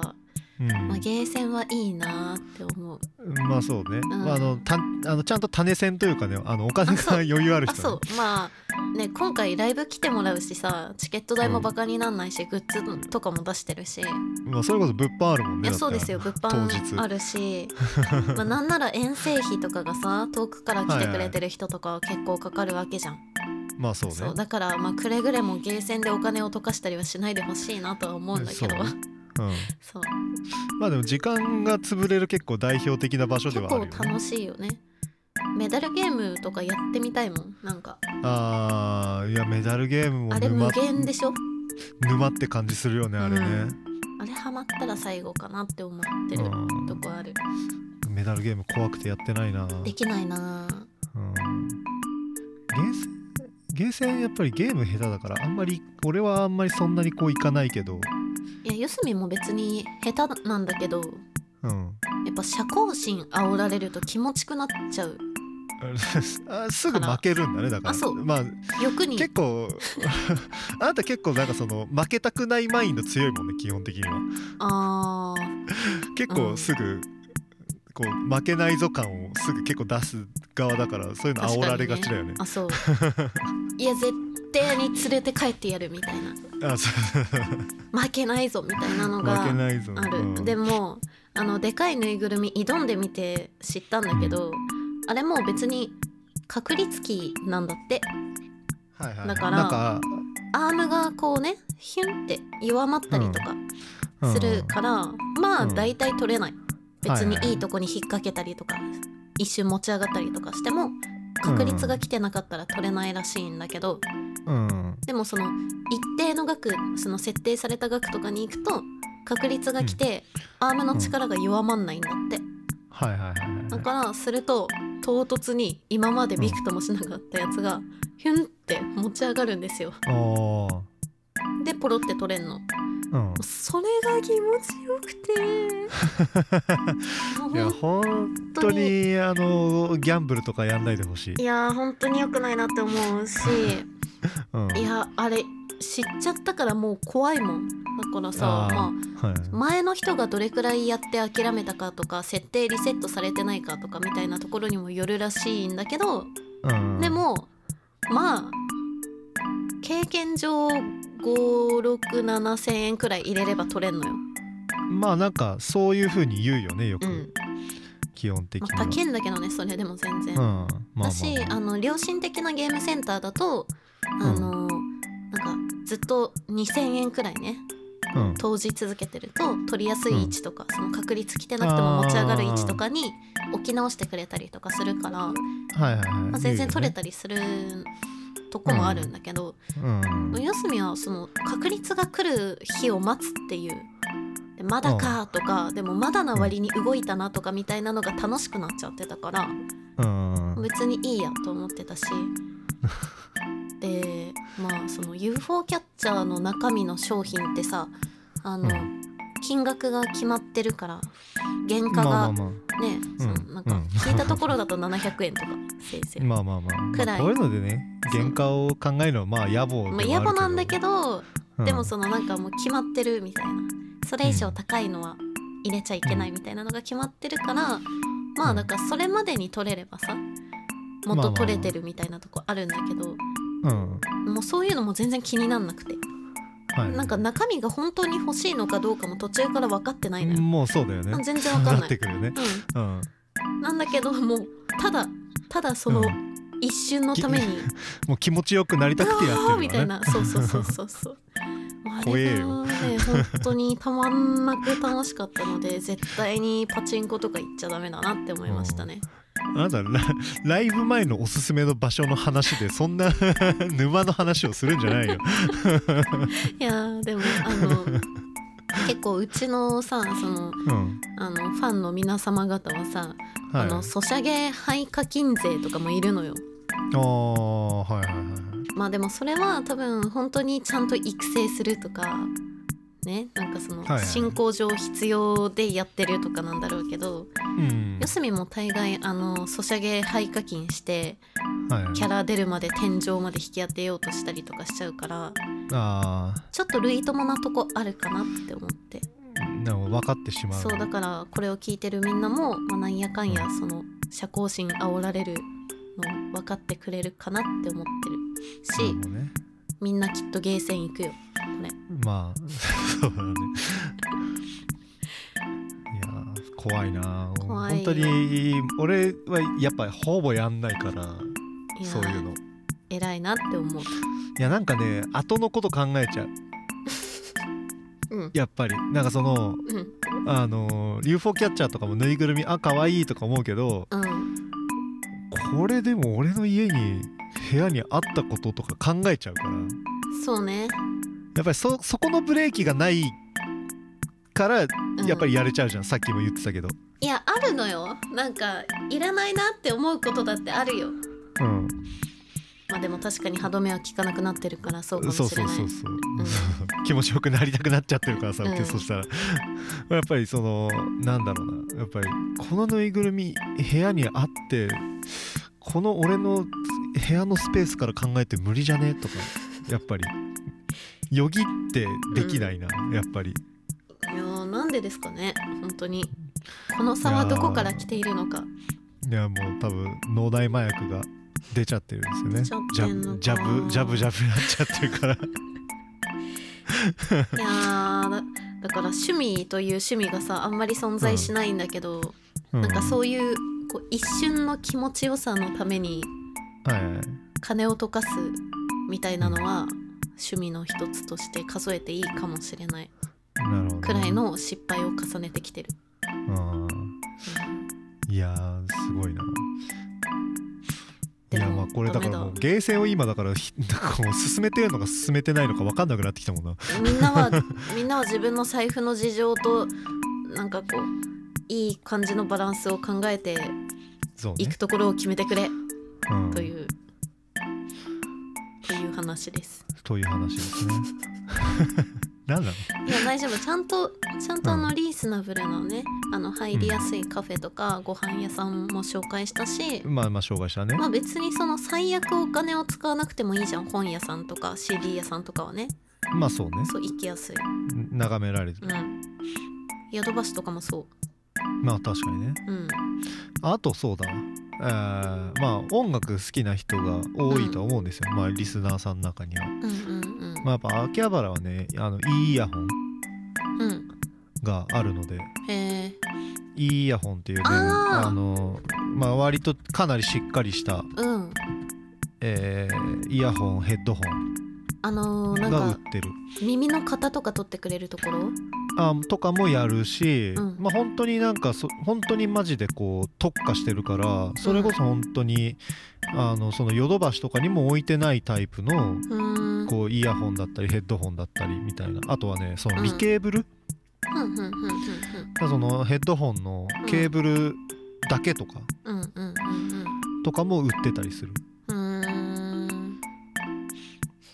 Speaker 2: うん
Speaker 1: まあ、ゲーセンはいいなーって思う
Speaker 2: まあそうね、
Speaker 1: ん
Speaker 2: まあ、あのたあのちゃんと種銭というかねあのお金
Speaker 1: あそう
Speaker 2: が余裕ある
Speaker 1: あ
Speaker 2: 人
Speaker 1: そ
Speaker 2: ね
Speaker 1: うまあね今回ライブ来てもらうしさチケット代もバカになんないし、グッズとかも出してるし、
Speaker 2: まあ、それこそ物販あるもん
Speaker 1: い
Speaker 2: ね
Speaker 1: や
Speaker 2: だって
Speaker 1: そうですよ物
Speaker 2: 当日
Speaker 1: 販ある しまあなんなら遠征費とかがさ遠くから来てくれてる人とかは結構かかるわけじゃん、
Speaker 2: まあそうね
Speaker 1: そうだからまあくれぐれもゲーセンでお金を溶かしたりはしないでほしいなとは思うんだけど
Speaker 2: そううん、
Speaker 1: そう
Speaker 2: まあでも時間が潰れる結構代表的な場所で
Speaker 1: 結
Speaker 2: は
Speaker 1: 構
Speaker 2: あるよね
Speaker 1: 楽しいよねメダルゲームとかやってみたいもんなんか
Speaker 2: ああいやメダルゲームも
Speaker 1: あれ
Speaker 2: 沼
Speaker 1: 無限でしょ
Speaker 2: 沼って感じするよねあれね、
Speaker 1: あれハマったら最後かなって思ってる
Speaker 2: うん
Speaker 1: とこある
Speaker 2: メダルゲーム怖くてやってないな
Speaker 1: できないなぁ
Speaker 2: うんゲーセンゲーセンやっぱりゲーム下手だからあんまり俺はあんまりそんなにこういかないけど
Speaker 1: いや四隅も別に下手なんだけど
Speaker 2: うん
Speaker 1: やっぱ社交心煽られると気持ちくなっちゃう
Speaker 2: あすぐ負けるんだねだから
Speaker 1: あそう
Speaker 2: まあ
Speaker 1: 欲に
Speaker 2: 結構 あなた結構なんかその負けたくないマインド強いもんね基本的には
Speaker 1: あー
Speaker 2: 結
Speaker 1: う
Speaker 2: 構
Speaker 1: ん
Speaker 2: すぐ、こう負けないぞ感をすぐ結構出す側だからそういうの
Speaker 1: 確
Speaker 2: 煽
Speaker 1: からにね
Speaker 2: れがちだよね
Speaker 1: あ そういや絶対に連れて帰ってやるみたい
Speaker 2: あそう
Speaker 1: な負けないぞみたいなの
Speaker 2: 負け
Speaker 1: が
Speaker 2: ないぞ
Speaker 1: ある、
Speaker 2: うん
Speaker 1: でもあのでかいぬいぐるみ挑んでみて知ったんだけど、あれもう別に確率キーなんだって
Speaker 2: はいはい
Speaker 1: だから
Speaker 2: なんか
Speaker 1: アームがこうねヒュンって弱まったりとか
Speaker 2: うん
Speaker 1: するから、まあ
Speaker 2: うん
Speaker 1: 大体取れない
Speaker 2: は
Speaker 1: 別
Speaker 2: い
Speaker 1: に
Speaker 2: はい
Speaker 1: いいとこに引っ掛けたりとか、一瞬持ち上がったりとかしても確率が来てなかったら取れないらしいんだけど、
Speaker 2: うん
Speaker 1: でもその一定の額その設定された額とかに行くと確率が来て、アームの力が弱まんないんだって、
Speaker 2: はいはいはいはい
Speaker 1: だからすると唐突に今までびくともしなかったやつがヒュンって持ち上がるんですよ
Speaker 2: おー
Speaker 1: でポロって取れんのも
Speaker 2: うん
Speaker 1: うそれが気持ちよくて もう
Speaker 2: いや
Speaker 1: 本
Speaker 2: 本当にあのギャンブルとかやんないでほしい
Speaker 1: いやー本当に良くないなって思うし
Speaker 2: うん
Speaker 1: いやあれ知っちゃったからもう怖いもんだからさ
Speaker 2: あー
Speaker 1: まあ
Speaker 2: はい
Speaker 1: 前の人がどれくらいやって諦めたかとか設定リセットされてないかとかみたいなところにもよるらしいんだけど、
Speaker 2: うん
Speaker 1: でもまあ経験上567000円くらい入れれば取れんのよ。
Speaker 2: まあなんかそういうふうに言うよねよ
Speaker 1: う
Speaker 2: く
Speaker 1: ん
Speaker 2: 基本的
Speaker 1: ま
Speaker 2: に
Speaker 1: あ、
Speaker 2: は
Speaker 1: 高いんだけどねそれでも全然。
Speaker 2: うんまあまあ
Speaker 1: だしあの良心的なゲームセンターだとあの、なんかずっと2,000円くらいね
Speaker 2: うん
Speaker 1: 投じ続けてると取りやすい位置とか、その確率来てなくても持ち上がる位置とかに置き直してくれたりとかするから、ま
Speaker 2: はいはいはい
Speaker 1: あ、全然取れたりするとこもあるんだけど、
Speaker 2: 言うよねうん
Speaker 1: お休みはその確率が来る日を待つっていう。でまだかとか、でもまだな割に動いたなとかみたいなのが楽しくなっちゃってたから
Speaker 2: うん
Speaker 1: 別にいいやと思ってたしでまあその UFO キャッチャーの中身の商品ってさあの、
Speaker 2: う
Speaker 1: 金額が決まってるから原価
Speaker 2: ま
Speaker 1: が
Speaker 2: あまあ
Speaker 1: ね、
Speaker 2: まあ
Speaker 1: その
Speaker 2: うん
Speaker 1: なんか
Speaker 2: うん
Speaker 1: 聞いたところだと700円とかせいぜい。
Speaker 2: まあまあまあまあ
Speaker 1: くらい
Speaker 2: こういうのでね原価を考えるのはまあ野暮では
Speaker 1: まあ、
Speaker 2: ある
Speaker 1: 野暮なんだけど、
Speaker 2: うん
Speaker 1: でもそのなんかもう決まってるみたいなそれ以上高いのは入れちゃいけないみたいなのが決まってるから、まあだからそれまでに取れればさもっ
Speaker 2: まあまあ
Speaker 1: と
Speaker 2: まあ
Speaker 1: 取れてるみたいなとこあるんだけど、
Speaker 2: うん
Speaker 1: もうそういうのも全然気になんなくて
Speaker 2: はい
Speaker 1: なんか中身が本当に欲しいのかどうかも途中から分かってないのよ、
Speaker 2: もうそうだよね
Speaker 1: 全然分かん
Speaker 2: な
Speaker 1: な
Speaker 2: っ
Speaker 1: い
Speaker 2: てくるよね
Speaker 1: う
Speaker 2: うん
Speaker 1: ん、なんだけどもうただただそうの
Speaker 2: ん
Speaker 1: 一瞬のために、
Speaker 2: もう気持ちよくなりたくてやってる
Speaker 1: う
Speaker 2: よ
Speaker 1: わー
Speaker 2: ね
Speaker 1: みたいなそうそうそうそうそうもうあ
Speaker 2: 怖え
Speaker 1: れ
Speaker 2: よ
Speaker 1: がね本当にたまんなく楽しかったので絶対にパチンコとか行っちゃダメだなって思いましたね、
Speaker 2: あなたラライブ前のおすすめの場所の話でそんな 沼の話をするんじゃないよ。
Speaker 1: いやーでもあ の結構うちのさその
Speaker 2: うん
Speaker 1: あのファンの皆様方はさ、
Speaker 2: はい、
Speaker 1: あのソシャゲ廃課金税とかもいるのよ
Speaker 2: あーはいはいはい
Speaker 1: まあでもそれは多分本当にちゃんと育成するとかねなんかその
Speaker 2: はいはい
Speaker 1: 進行上必要でやってるとかなんだろうけど、
Speaker 2: うん
Speaker 1: 四隅も大概あのソシャゲ廃課金して
Speaker 2: はい
Speaker 1: キャラ出るまで天井まで引き当てようとしたりとかしちゃうから
Speaker 2: あ
Speaker 1: ちょっと類友なとこあるかなって思って、
Speaker 2: ーなんか分かってしまう
Speaker 1: そうだからこれを聞いてるみんなも、まあ、なんやかんやその社交心煽られるの分かってくれるかなって思ってるし、
Speaker 2: なるほどね
Speaker 1: みんなきっとゲーセン行くよこれ
Speaker 2: まあ そうだねいやー怖いな
Speaker 1: 怖い
Speaker 2: 本当に俺はやっぱほぼやんないから
Speaker 1: いや
Speaker 2: そういうの
Speaker 1: 偉いなって思う
Speaker 2: いやなんかね後のこと考えちゃう
Speaker 1: うん
Speaker 2: やっぱりなんかその
Speaker 1: うん
Speaker 2: あのー UFO キャッチャーとかもぬいぐるみあ可愛いとか思うけど
Speaker 1: うん
Speaker 2: これでも俺の家に部屋にあったこととか考えちゃうからや
Speaker 1: そうね、
Speaker 2: っぱりそそこのブレーキがないからや
Speaker 1: うん
Speaker 2: っぱりやれちゃうじゃん、さっきも言ってたけど
Speaker 1: いやあるのよなんかいらないなって思うことだってあるよ
Speaker 2: うん
Speaker 1: まあでも確かに歯止めは効かなくなってるからそうかもし
Speaker 2: そう
Speaker 1: れ
Speaker 2: そう
Speaker 1: ない
Speaker 2: そうそう、 気持ちよくなりたくなっちゃってるからさ、
Speaker 1: うん
Speaker 2: そしたら やっぱりそのなんだろうなやっぱりこのぬいぐるみ部屋にあってこの俺の部屋のスペースから考えて無理じゃねとかやっぱりよぎってできないな、やっぱり
Speaker 1: いやーなんでですかね本当にこの差はどこから来ているのか
Speaker 2: いやもう多分脳内麻薬が出ちゃってるん
Speaker 1: 出
Speaker 2: で
Speaker 1: ち
Speaker 2: す
Speaker 1: ゃ
Speaker 2: よね
Speaker 1: っ
Speaker 2: ジ
Speaker 1: てんの
Speaker 2: ャ
Speaker 1: か
Speaker 2: ブジャブジャブジャブなっちゃってるから
Speaker 1: いやーだだから趣味という趣味がさあんまり存在しないんだけど、 なんかそういうこう一瞬の気持ちよさのために
Speaker 2: うん、はいはいはい
Speaker 1: 金を溶かすみたいなのは趣味の一つとして数えていいかもしれない
Speaker 2: なるほどね
Speaker 1: くらいの失敗を重ねてきてる。
Speaker 2: うんいやーすごいな。い
Speaker 1: でも
Speaker 2: やまあこれだからも
Speaker 1: ダメ
Speaker 2: う
Speaker 1: だ
Speaker 2: ゲーセンを今だからひなんかもう進めてるのか進めてないのか分かんなくなってきたもんな。
Speaker 1: みんな はみんなは自分の財布の事情となんかこういい感じのバランスを考えて
Speaker 2: そう
Speaker 1: 行
Speaker 2: ね
Speaker 1: く。ところを決めてくれ
Speaker 2: うん
Speaker 1: という、という話です。
Speaker 2: という話ですね。 なんなの？
Speaker 1: いや大丈夫ちゃんとちゃんとあ
Speaker 2: う
Speaker 1: のリーズナブルなねあの入りやすいカフェとかご飯屋さんも紹介したし、
Speaker 2: まあまあ障害者ね
Speaker 1: ま。あ別にその最悪お金を使わなくてもいいじゃん本屋さんとか CD 屋さんとかはね
Speaker 2: まあそうね。
Speaker 1: そう行きやすい
Speaker 2: 眺められる
Speaker 1: う。んヨドバシとかもそ
Speaker 2: まあ確かにね。
Speaker 1: ううん
Speaker 2: あとそうだわ。えーまあ音楽好きな人が多いとは思うんですよ。まあリスナーさんの中には。
Speaker 1: うんうんうん
Speaker 2: まあやっぱ秋葉原はねあのいいイヤホン
Speaker 1: うん
Speaker 2: があるので。
Speaker 1: へえ
Speaker 2: イヤホンっていうね
Speaker 1: あー
Speaker 2: あの、まあ、割とかなりしっかりした、
Speaker 1: うん
Speaker 2: えーイヤホンヘッドホン
Speaker 1: あのーなん
Speaker 2: が売っ
Speaker 1: か
Speaker 2: てる
Speaker 1: 耳の型とか取ってくれるところ
Speaker 2: あとかもやるし、
Speaker 1: うん
Speaker 2: まあ、本当になんかそ本当にマジでこう特化してるからそれこそ本当にあのそのヨドバシとかにも置いてないタイプの
Speaker 1: うーん
Speaker 2: こうイヤホンだったりヘッドホンだったりみたいなあとはねそのリケーブル、
Speaker 1: うんうんうんうん
Speaker 2: そのヘッドホンのケーブルだけとか、
Speaker 1: うんうんうんうん
Speaker 2: とかも売ってたりする
Speaker 1: うんうーん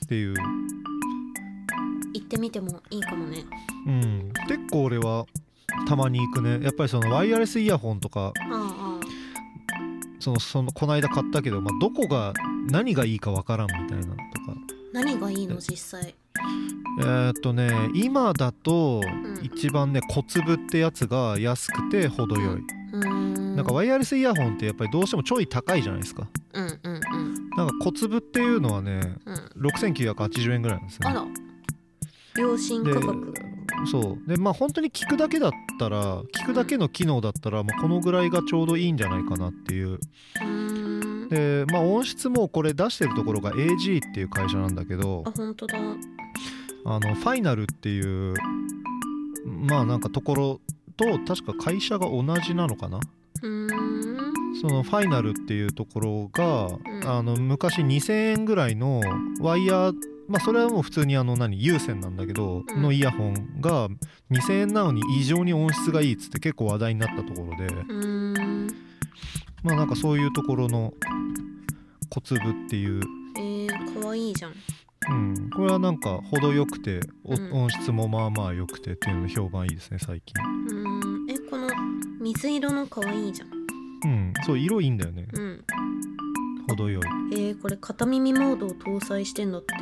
Speaker 2: っていう
Speaker 1: 行ってみてもいいかもね
Speaker 2: うん、結構俺はたまに行くねやっぱりそのワイヤレスイヤホンとか
Speaker 1: ああ
Speaker 2: そのそのこの間買ったけど、まあ、どこが何がいいかわからんみたいなのとか
Speaker 1: 何がいいの
Speaker 2: え
Speaker 1: 実際
Speaker 2: えーっとね今だと
Speaker 1: ん
Speaker 2: 一番ね小粒ってやつが安くて程よい、
Speaker 1: うーん
Speaker 2: なんかワイヤレスイヤホンってやっぱりどうしてもちょい高いじゃないですか
Speaker 1: うんうんうん
Speaker 2: なんか小粒っていうのはね
Speaker 1: うん
Speaker 2: 6980円ぐらいなんです
Speaker 1: あ
Speaker 2: ね
Speaker 1: ら良心価格
Speaker 2: そうでまあ本当に聞くだけだったら聞くだけの機能だったら、まあ、このぐらいがちょうどいいんじゃないかなっていう
Speaker 1: うーん
Speaker 2: でまあ音質もこれ出してるところが AG っていう会社なんだけど
Speaker 1: あ本当だうん
Speaker 2: あのファイナルっていうまあなんかところと確か会社が同じなのかな
Speaker 1: うん
Speaker 2: そのファイナルっていうところが、
Speaker 1: ん
Speaker 2: あの昔2000円ぐらいのワイヤーまあそれはもう普通にあの何有線なんだけど、
Speaker 1: うん
Speaker 2: のイヤホンが2000円なのに異常に音質がいいっつって結構話題になったところで
Speaker 1: うーん
Speaker 2: まあなんかそういうところの小粒っていう
Speaker 1: えー、可愛いじゃん
Speaker 2: うん、これはなんか程よくて、お
Speaker 1: うん
Speaker 2: 音質もまあまあ良くてっていうの評判いいですね最近
Speaker 1: うーんえこの水色の可愛いじゃん
Speaker 2: うんそう色いいんだよね
Speaker 1: うん
Speaker 2: 程よい
Speaker 1: えー、これ片耳モードを搭載してんだって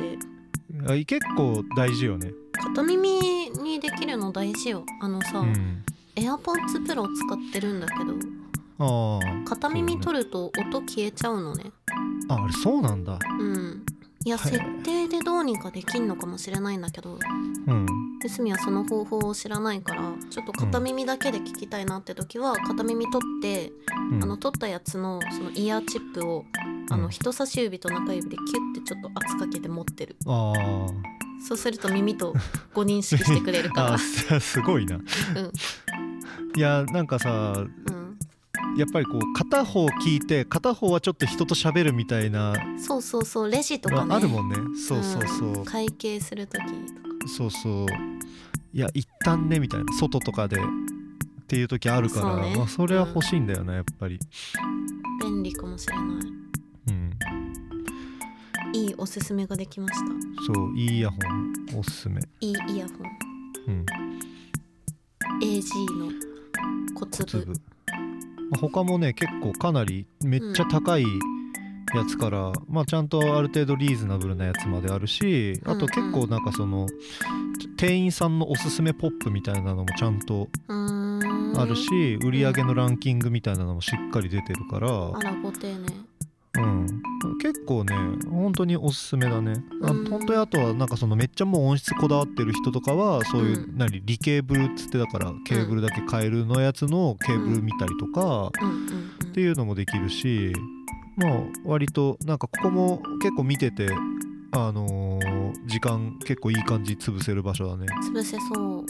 Speaker 2: あ結構大事よね
Speaker 1: 片耳にできるの大事よあのさ、
Speaker 2: うん
Speaker 1: エアポ AirPods Pro 使ってるんだけど
Speaker 2: ああ
Speaker 1: 片耳取ると音消えちゃうのね
Speaker 2: ああれそうなんだ
Speaker 1: うんいや
Speaker 2: はい
Speaker 1: 設定でどうにかできんのかもしれないんだけど
Speaker 2: うん
Speaker 1: でスミはその方法を知らないからちょっと片耳だけで聞きたいなって時は片耳取って、
Speaker 2: うん
Speaker 1: あの取ったやつのそのイヤーチップをあ
Speaker 2: う
Speaker 1: の
Speaker 2: ん
Speaker 1: 人差し指と中指でキュッてちょっと圧かけて持ってる
Speaker 2: あ
Speaker 1: そうすると耳 とご認識してくれる
Speaker 2: ーあ
Speaker 1: か
Speaker 2: ー すごいな、いやなんかさ
Speaker 1: ら、う、
Speaker 2: やっぱりこう片方聞いて片方はちょっと人と喋るみたいなん
Speaker 1: そうそうそうレジとか
Speaker 2: あ
Speaker 1: ね
Speaker 2: あるもんねそうそうそう、
Speaker 1: ん会計する時とか
Speaker 2: そうそういや一旦ねみたいな外とかでっていう時あるから
Speaker 1: そうね
Speaker 2: まあ、それは欲しいんだよな、やっぱり
Speaker 1: 便利かもしれな
Speaker 2: うん
Speaker 1: いいいおすすめができました
Speaker 2: そういいイヤホンおすすめ
Speaker 1: いいイヤホン
Speaker 2: うん
Speaker 1: AG の小粒
Speaker 2: 粒まあ他もね結構かなりめっちゃ高いやつから、まあちゃんとある程度リーズナブルなやつまであるしあ
Speaker 1: うんう
Speaker 2: と
Speaker 1: ん
Speaker 2: 結構なんかそのちょ店員さんのおすすめポップみたいなのもちゃんと
Speaker 1: うーん
Speaker 2: あるし、売り上げのランキングみたいなのもしっかり出てるから、
Speaker 1: あらご丁寧
Speaker 2: うん、結構ね本当におすすめだね、あ
Speaker 1: うん
Speaker 2: 本当にあとはなんかそのめっちゃもう音質こだわってる人とかはそういう、
Speaker 1: うん
Speaker 2: 何リケーブルっつってだからケーブルだけ変えるのやつのケーブル見たりとか、
Speaker 1: うんうんうん
Speaker 2: っていうのもできるしまあ割となんかここも結構見ててあのー時間結構いい感じ潰せる場所だね、
Speaker 1: 潰せそう、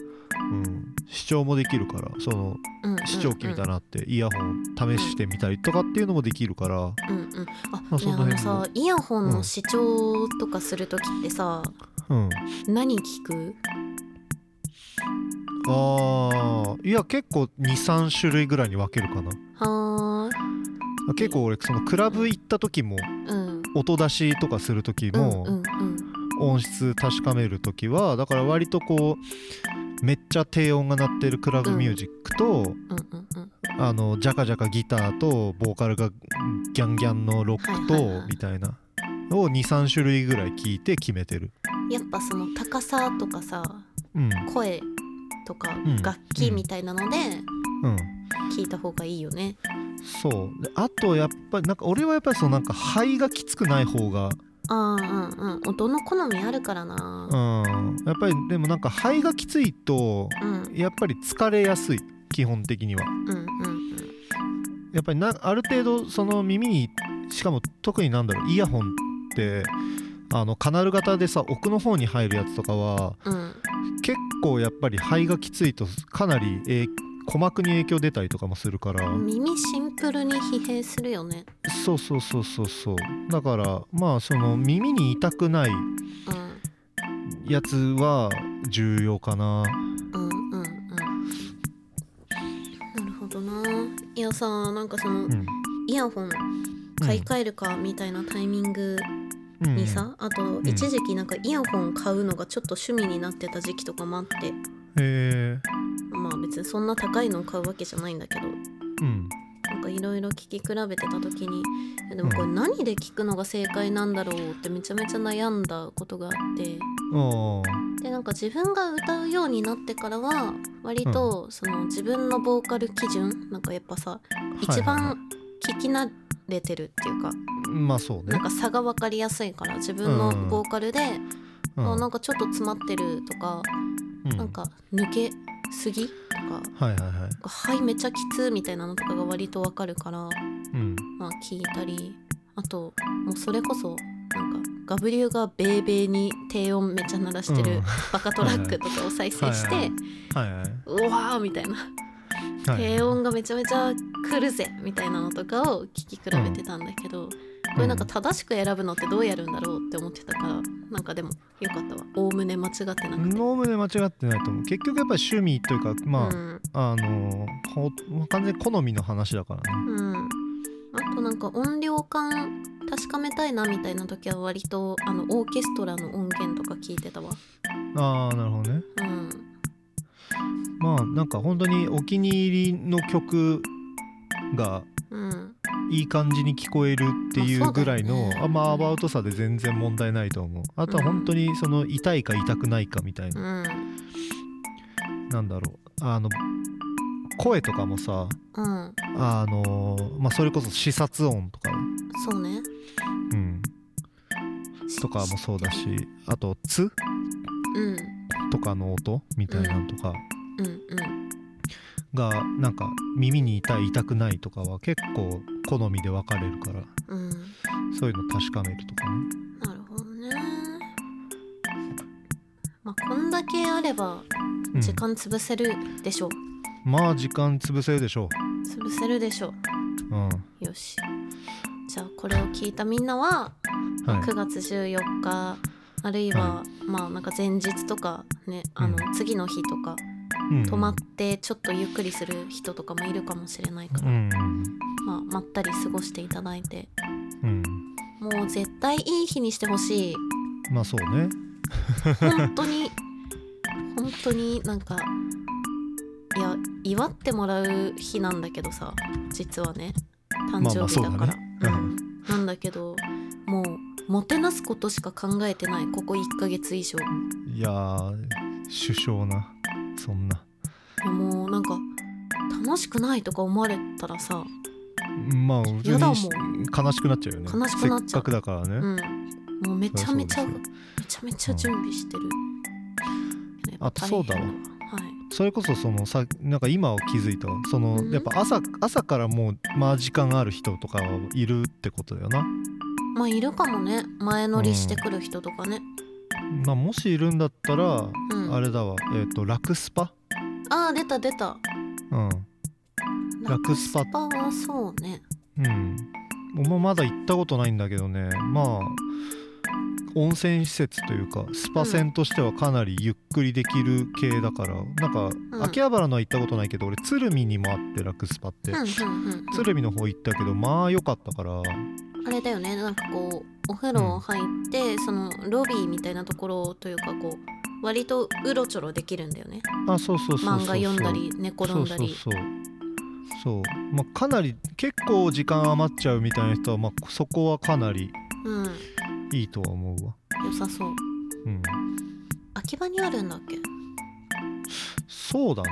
Speaker 2: うん、視聴もできるからその
Speaker 1: うんうんうん、
Speaker 2: 視聴器みたいなのあってイヤホン試してみたりとかっていうのもできるから、
Speaker 1: うんうんあ
Speaker 2: あそ
Speaker 1: ね
Speaker 2: んな
Speaker 1: あの
Speaker 2: 辺も
Speaker 1: さイヤホン
Speaker 2: う
Speaker 1: の
Speaker 2: ん
Speaker 1: 視聴とかする時ってさ、
Speaker 2: うん、
Speaker 1: 何聞く
Speaker 2: あーいや結構23種類ぐらいに分けるかな
Speaker 1: はーい
Speaker 2: 結構俺そのクラブ行った時も
Speaker 1: うん
Speaker 2: 音出しとかする時
Speaker 1: うんう
Speaker 2: も
Speaker 1: んうん
Speaker 2: 音質確かめる時はだから割とこうめっちゃ低音が鳴ってるクラブミュージックと、
Speaker 1: うんうんうん
Speaker 2: あのジャカジャカギターとボーカルがギャンギャンのロック
Speaker 1: はいはいは
Speaker 2: と
Speaker 1: い
Speaker 2: みたいなを23種類ぐらい聞いて決めてる
Speaker 1: やっぱその高さとかさ
Speaker 2: うん
Speaker 1: 声とか
Speaker 2: ん
Speaker 1: 楽器みたいなので
Speaker 2: うん
Speaker 1: 聞いた方がいいよね。
Speaker 2: そうであとやっぱりなんか俺はやっぱりそのなんか肺がきつくない方が
Speaker 1: ああうんうん音の好みあるからな。
Speaker 2: うん、やっぱりでもなんか肺がきついと
Speaker 1: うん
Speaker 2: やっぱり疲れやすい基本的には
Speaker 1: うんうん
Speaker 2: やっぱりなある程度その耳にしかも特になんだろうイヤホンってあのカナル型でさ奥の方に入るやつとかは
Speaker 1: うんうん
Speaker 2: 結構やっぱり肺がきついとかなり、えー鼓膜に影響出たりとかもするから、
Speaker 1: 耳シンプルに疲弊するよね。
Speaker 2: そうそうそうそうそうだからまあその耳に痛くない
Speaker 1: うん
Speaker 2: やつは重要かな
Speaker 1: うんうんうん。なるほどな。いやさなんかその
Speaker 2: うん
Speaker 1: イヤホン買い替えるかみたいなタイミング
Speaker 2: うん
Speaker 1: にさ、あと
Speaker 2: ん
Speaker 1: 一時期なんかイヤホン買うのがちょっと趣味になってた時期とかもあって
Speaker 2: え
Speaker 1: まあ別にそんな高いのを買うわけじゃないんだけど
Speaker 2: ーうん
Speaker 1: なんかいろいろ聞き比べてた時にいやでもこれ
Speaker 2: う
Speaker 1: 何で聞くのが正解なんだろうってめちゃめちゃ悩んだことがあって
Speaker 2: ああ
Speaker 1: でなんか自分が歌うようになってからは割とその自分のボーカル基準なんかやっぱさ一
Speaker 2: はいはいは
Speaker 1: 番聞き慣れてるっていうか
Speaker 2: いまあそう
Speaker 1: な
Speaker 2: ね
Speaker 1: ん、か差が分かりやすいから自分のボーカルで
Speaker 2: う
Speaker 1: あなんかちょっと詰まってるとか
Speaker 2: う
Speaker 1: なんか抜けすぎとか
Speaker 2: はいはいはい、
Speaker 1: 肺めちゃきつみたいなのとかが割とわかるから、
Speaker 2: うん、
Speaker 1: まあ、聞いたりあともうそれこそなんかガブリューがベーベーに低音めっちゃ鳴らしてる、
Speaker 2: うん
Speaker 1: バカトラックとかを再生して、
Speaker 2: はいはいはいはいは
Speaker 1: うわーみたいな、
Speaker 2: い
Speaker 1: 低音がめちゃめちゃ来るぜみたいなのとかを聞き比べてたんだけど、これなんか正しく選ぶのってどうやるんだろうって思ってたからなんかでもよかったわおおむね間違ってなくて。
Speaker 2: ノームで間違ってないと思う結局やっぱり趣味というかま
Speaker 1: うん
Speaker 2: あ、あのーほ完全に好みの話だからね
Speaker 1: うん、あとなんか音量感確かめたいなみたいな時は割とあのオーケストラの音源とか聞いてたわ。
Speaker 2: ああなるほどね
Speaker 1: うん、
Speaker 2: まあなんか本当にお気に入りの曲が
Speaker 1: うん、
Speaker 2: いい感じに聞こえるってい
Speaker 1: まあそううだ
Speaker 2: ぐ
Speaker 1: よ
Speaker 2: ら
Speaker 1: ね
Speaker 2: いのあまあアバウトさで全然問題ないと思うあとは本当にその痛いか痛くないかみたいな、
Speaker 1: うん、
Speaker 2: なんだろうあの声とかもさ
Speaker 1: うん、
Speaker 2: あのーまあ、それこそ視察音とか、
Speaker 1: そうね。
Speaker 2: とかもそうだしあと「つ
Speaker 1: うん」
Speaker 2: とかの音みたいなんとか
Speaker 1: うんうん
Speaker 2: がなんか耳に痛い痛くないとかは結構好みで分かれるから
Speaker 1: うん
Speaker 2: そういうの確かめるとかね
Speaker 1: なるほどねまあこんだけあれば
Speaker 2: うん
Speaker 1: 時間潰せるでしょう、
Speaker 2: まあ時間潰せるでしょ
Speaker 1: 潰せるでしょ
Speaker 2: ううん
Speaker 1: うよしじゃあこれを聞いたみんなは
Speaker 2: はい
Speaker 1: 9月14日あるいは、まあなんか前日とかねあの
Speaker 2: う
Speaker 1: 次の日とか
Speaker 2: うん
Speaker 1: 泊まってちょっとゆっくりする人とかもいるかもしれないか
Speaker 2: う
Speaker 1: ら、
Speaker 2: ん
Speaker 1: まあ、まったり過ごしていただいて
Speaker 2: うん
Speaker 1: もう絶対いい日にしてほしい
Speaker 2: まあそうね
Speaker 1: 本当に本当になんかいや祝ってもらう日なんだけどさ実はね誕
Speaker 2: まあま
Speaker 1: 生
Speaker 2: あ
Speaker 1: 日
Speaker 2: そうだ
Speaker 1: だ
Speaker 2: ね
Speaker 1: から、
Speaker 2: うん
Speaker 1: なんだけどもうもてなすことしか考えてないここ1ヶ月以上
Speaker 2: いやー首相なそんな
Speaker 1: もうなんか楽しくないとか思われたらさ、
Speaker 2: まあ普通
Speaker 1: やだも
Speaker 2: に
Speaker 1: ん
Speaker 2: し悲しくなっちゃうよね
Speaker 1: 悲しくなっちゃう
Speaker 2: せっかくだから
Speaker 1: う
Speaker 2: ね、
Speaker 1: ん、もうめちゃめちゃ
Speaker 2: そ
Speaker 1: め
Speaker 2: りゃそうで
Speaker 1: ちゃめちゃ準備してる、やっぱ
Speaker 2: あそうだわ
Speaker 1: 大変はい
Speaker 2: それこそそのさなんか今は気づいたわその、
Speaker 1: うん
Speaker 2: やっぱ朝朝からもうまあ時間ある人とかはいるってことだよな、
Speaker 1: まあいるかもね前乗りしてくる人とかね、
Speaker 2: まあ、もしいるんだったら、
Speaker 1: うん、
Speaker 2: あれだわえっ、とラクスパ
Speaker 1: あー出た出た
Speaker 2: うんラクスパ
Speaker 1: ラクスパはそうね
Speaker 2: うんもうまだ行ったことないんだけどねまあ温泉施設というかスパ船としてはかなりゆっくりできる系だから、なんか、
Speaker 1: うん
Speaker 2: 秋葉原のは行ったことないけど俺鶴見にもあってラクスパって、
Speaker 1: うんうんうんうん
Speaker 2: 鶴見の方行ったけどまあ良かったから
Speaker 1: あれだよねなんかこうお風呂入って、そのロビーみたいなところというかこう割とうろちょろできるんだよね
Speaker 2: あそうそうそうそう
Speaker 1: 漫画読んだり寝転んだり
Speaker 2: そうそうそうそうまあ、かなり結構時間余っちゃうみたいな人は、まあ、そこはかなり
Speaker 1: うん
Speaker 2: いいとは思うわ、
Speaker 1: 良さそう
Speaker 2: うん、
Speaker 1: 秋葉にあるんだっけ
Speaker 2: そうだね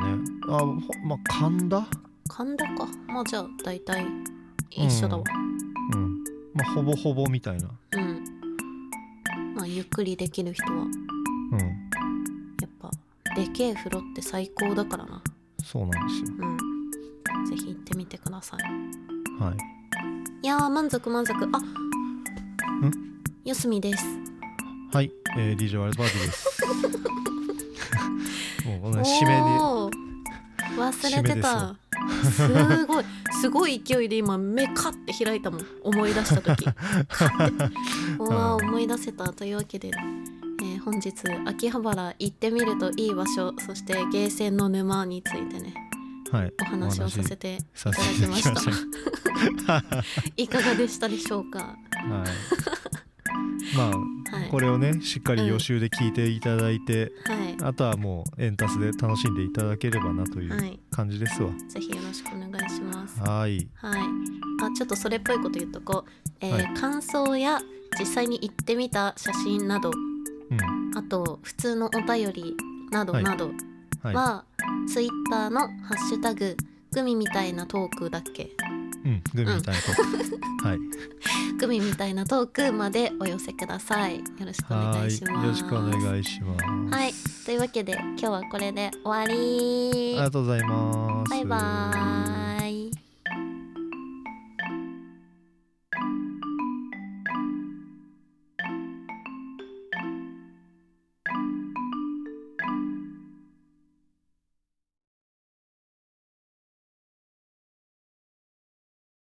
Speaker 2: あほまあ神田
Speaker 1: 神田かまあじゃあ大体一緒だわ
Speaker 2: うんまあほぼほぼみたいな
Speaker 1: うん、まあゆっくりできる人は
Speaker 2: うん
Speaker 1: やっぱでけえ風呂って最高だからな
Speaker 2: そうなんですよ
Speaker 1: うんぜひ行ってみてください
Speaker 2: はい
Speaker 1: いやー満足満足あ
Speaker 2: ん
Speaker 1: 四隅です
Speaker 2: はい、えー、DJ ワールドパーティーです もうこの締めに
Speaker 1: おー忘れ
Speaker 2: 締め
Speaker 1: て
Speaker 2: ですよ
Speaker 1: たすごいすごい勢いで今目カッて開いたもん思い出した時うわー思い出せたというわけで、えー本日秋葉原行ってみるといい場所そしてゲーセンの沼についてね
Speaker 2: はい
Speaker 1: お話をさせ
Speaker 2: て
Speaker 1: て
Speaker 2: さ
Speaker 1: いただきました
Speaker 2: せていただきまし
Speaker 1: いかがでしたでしょうか
Speaker 2: たはいまあ
Speaker 1: はい
Speaker 2: これをねしっかり予習で聞いていただいて、
Speaker 1: はい
Speaker 2: あとはもうエンタスで楽しんでいただければなとい
Speaker 1: は
Speaker 2: う
Speaker 1: い
Speaker 2: 感じですわ、
Speaker 1: ぜひよろしくお願いします
Speaker 2: はい
Speaker 1: はい、あちょっとそれっぽいこと言っとこう、えー
Speaker 2: はい
Speaker 1: 感想や実際に行ってみた写真など
Speaker 2: うん
Speaker 1: あと普通のお便りなど
Speaker 2: はい
Speaker 1: など
Speaker 2: はい、
Speaker 1: は、ツイッターの「ハッシュタググミみたいなトーク」だっけ
Speaker 2: うんグミみたいなと、 はい
Speaker 1: グミみたいなトークまでお寄せくださいよろしくお願
Speaker 2: はいい
Speaker 1: します
Speaker 2: よろしくお願いします
Speaker 1: はいというわけで今日はこれで終わ
Speaker 2: あ
Speaker 1: り
Speaker 2: りがとうございます
Speaker 1: バイバーイ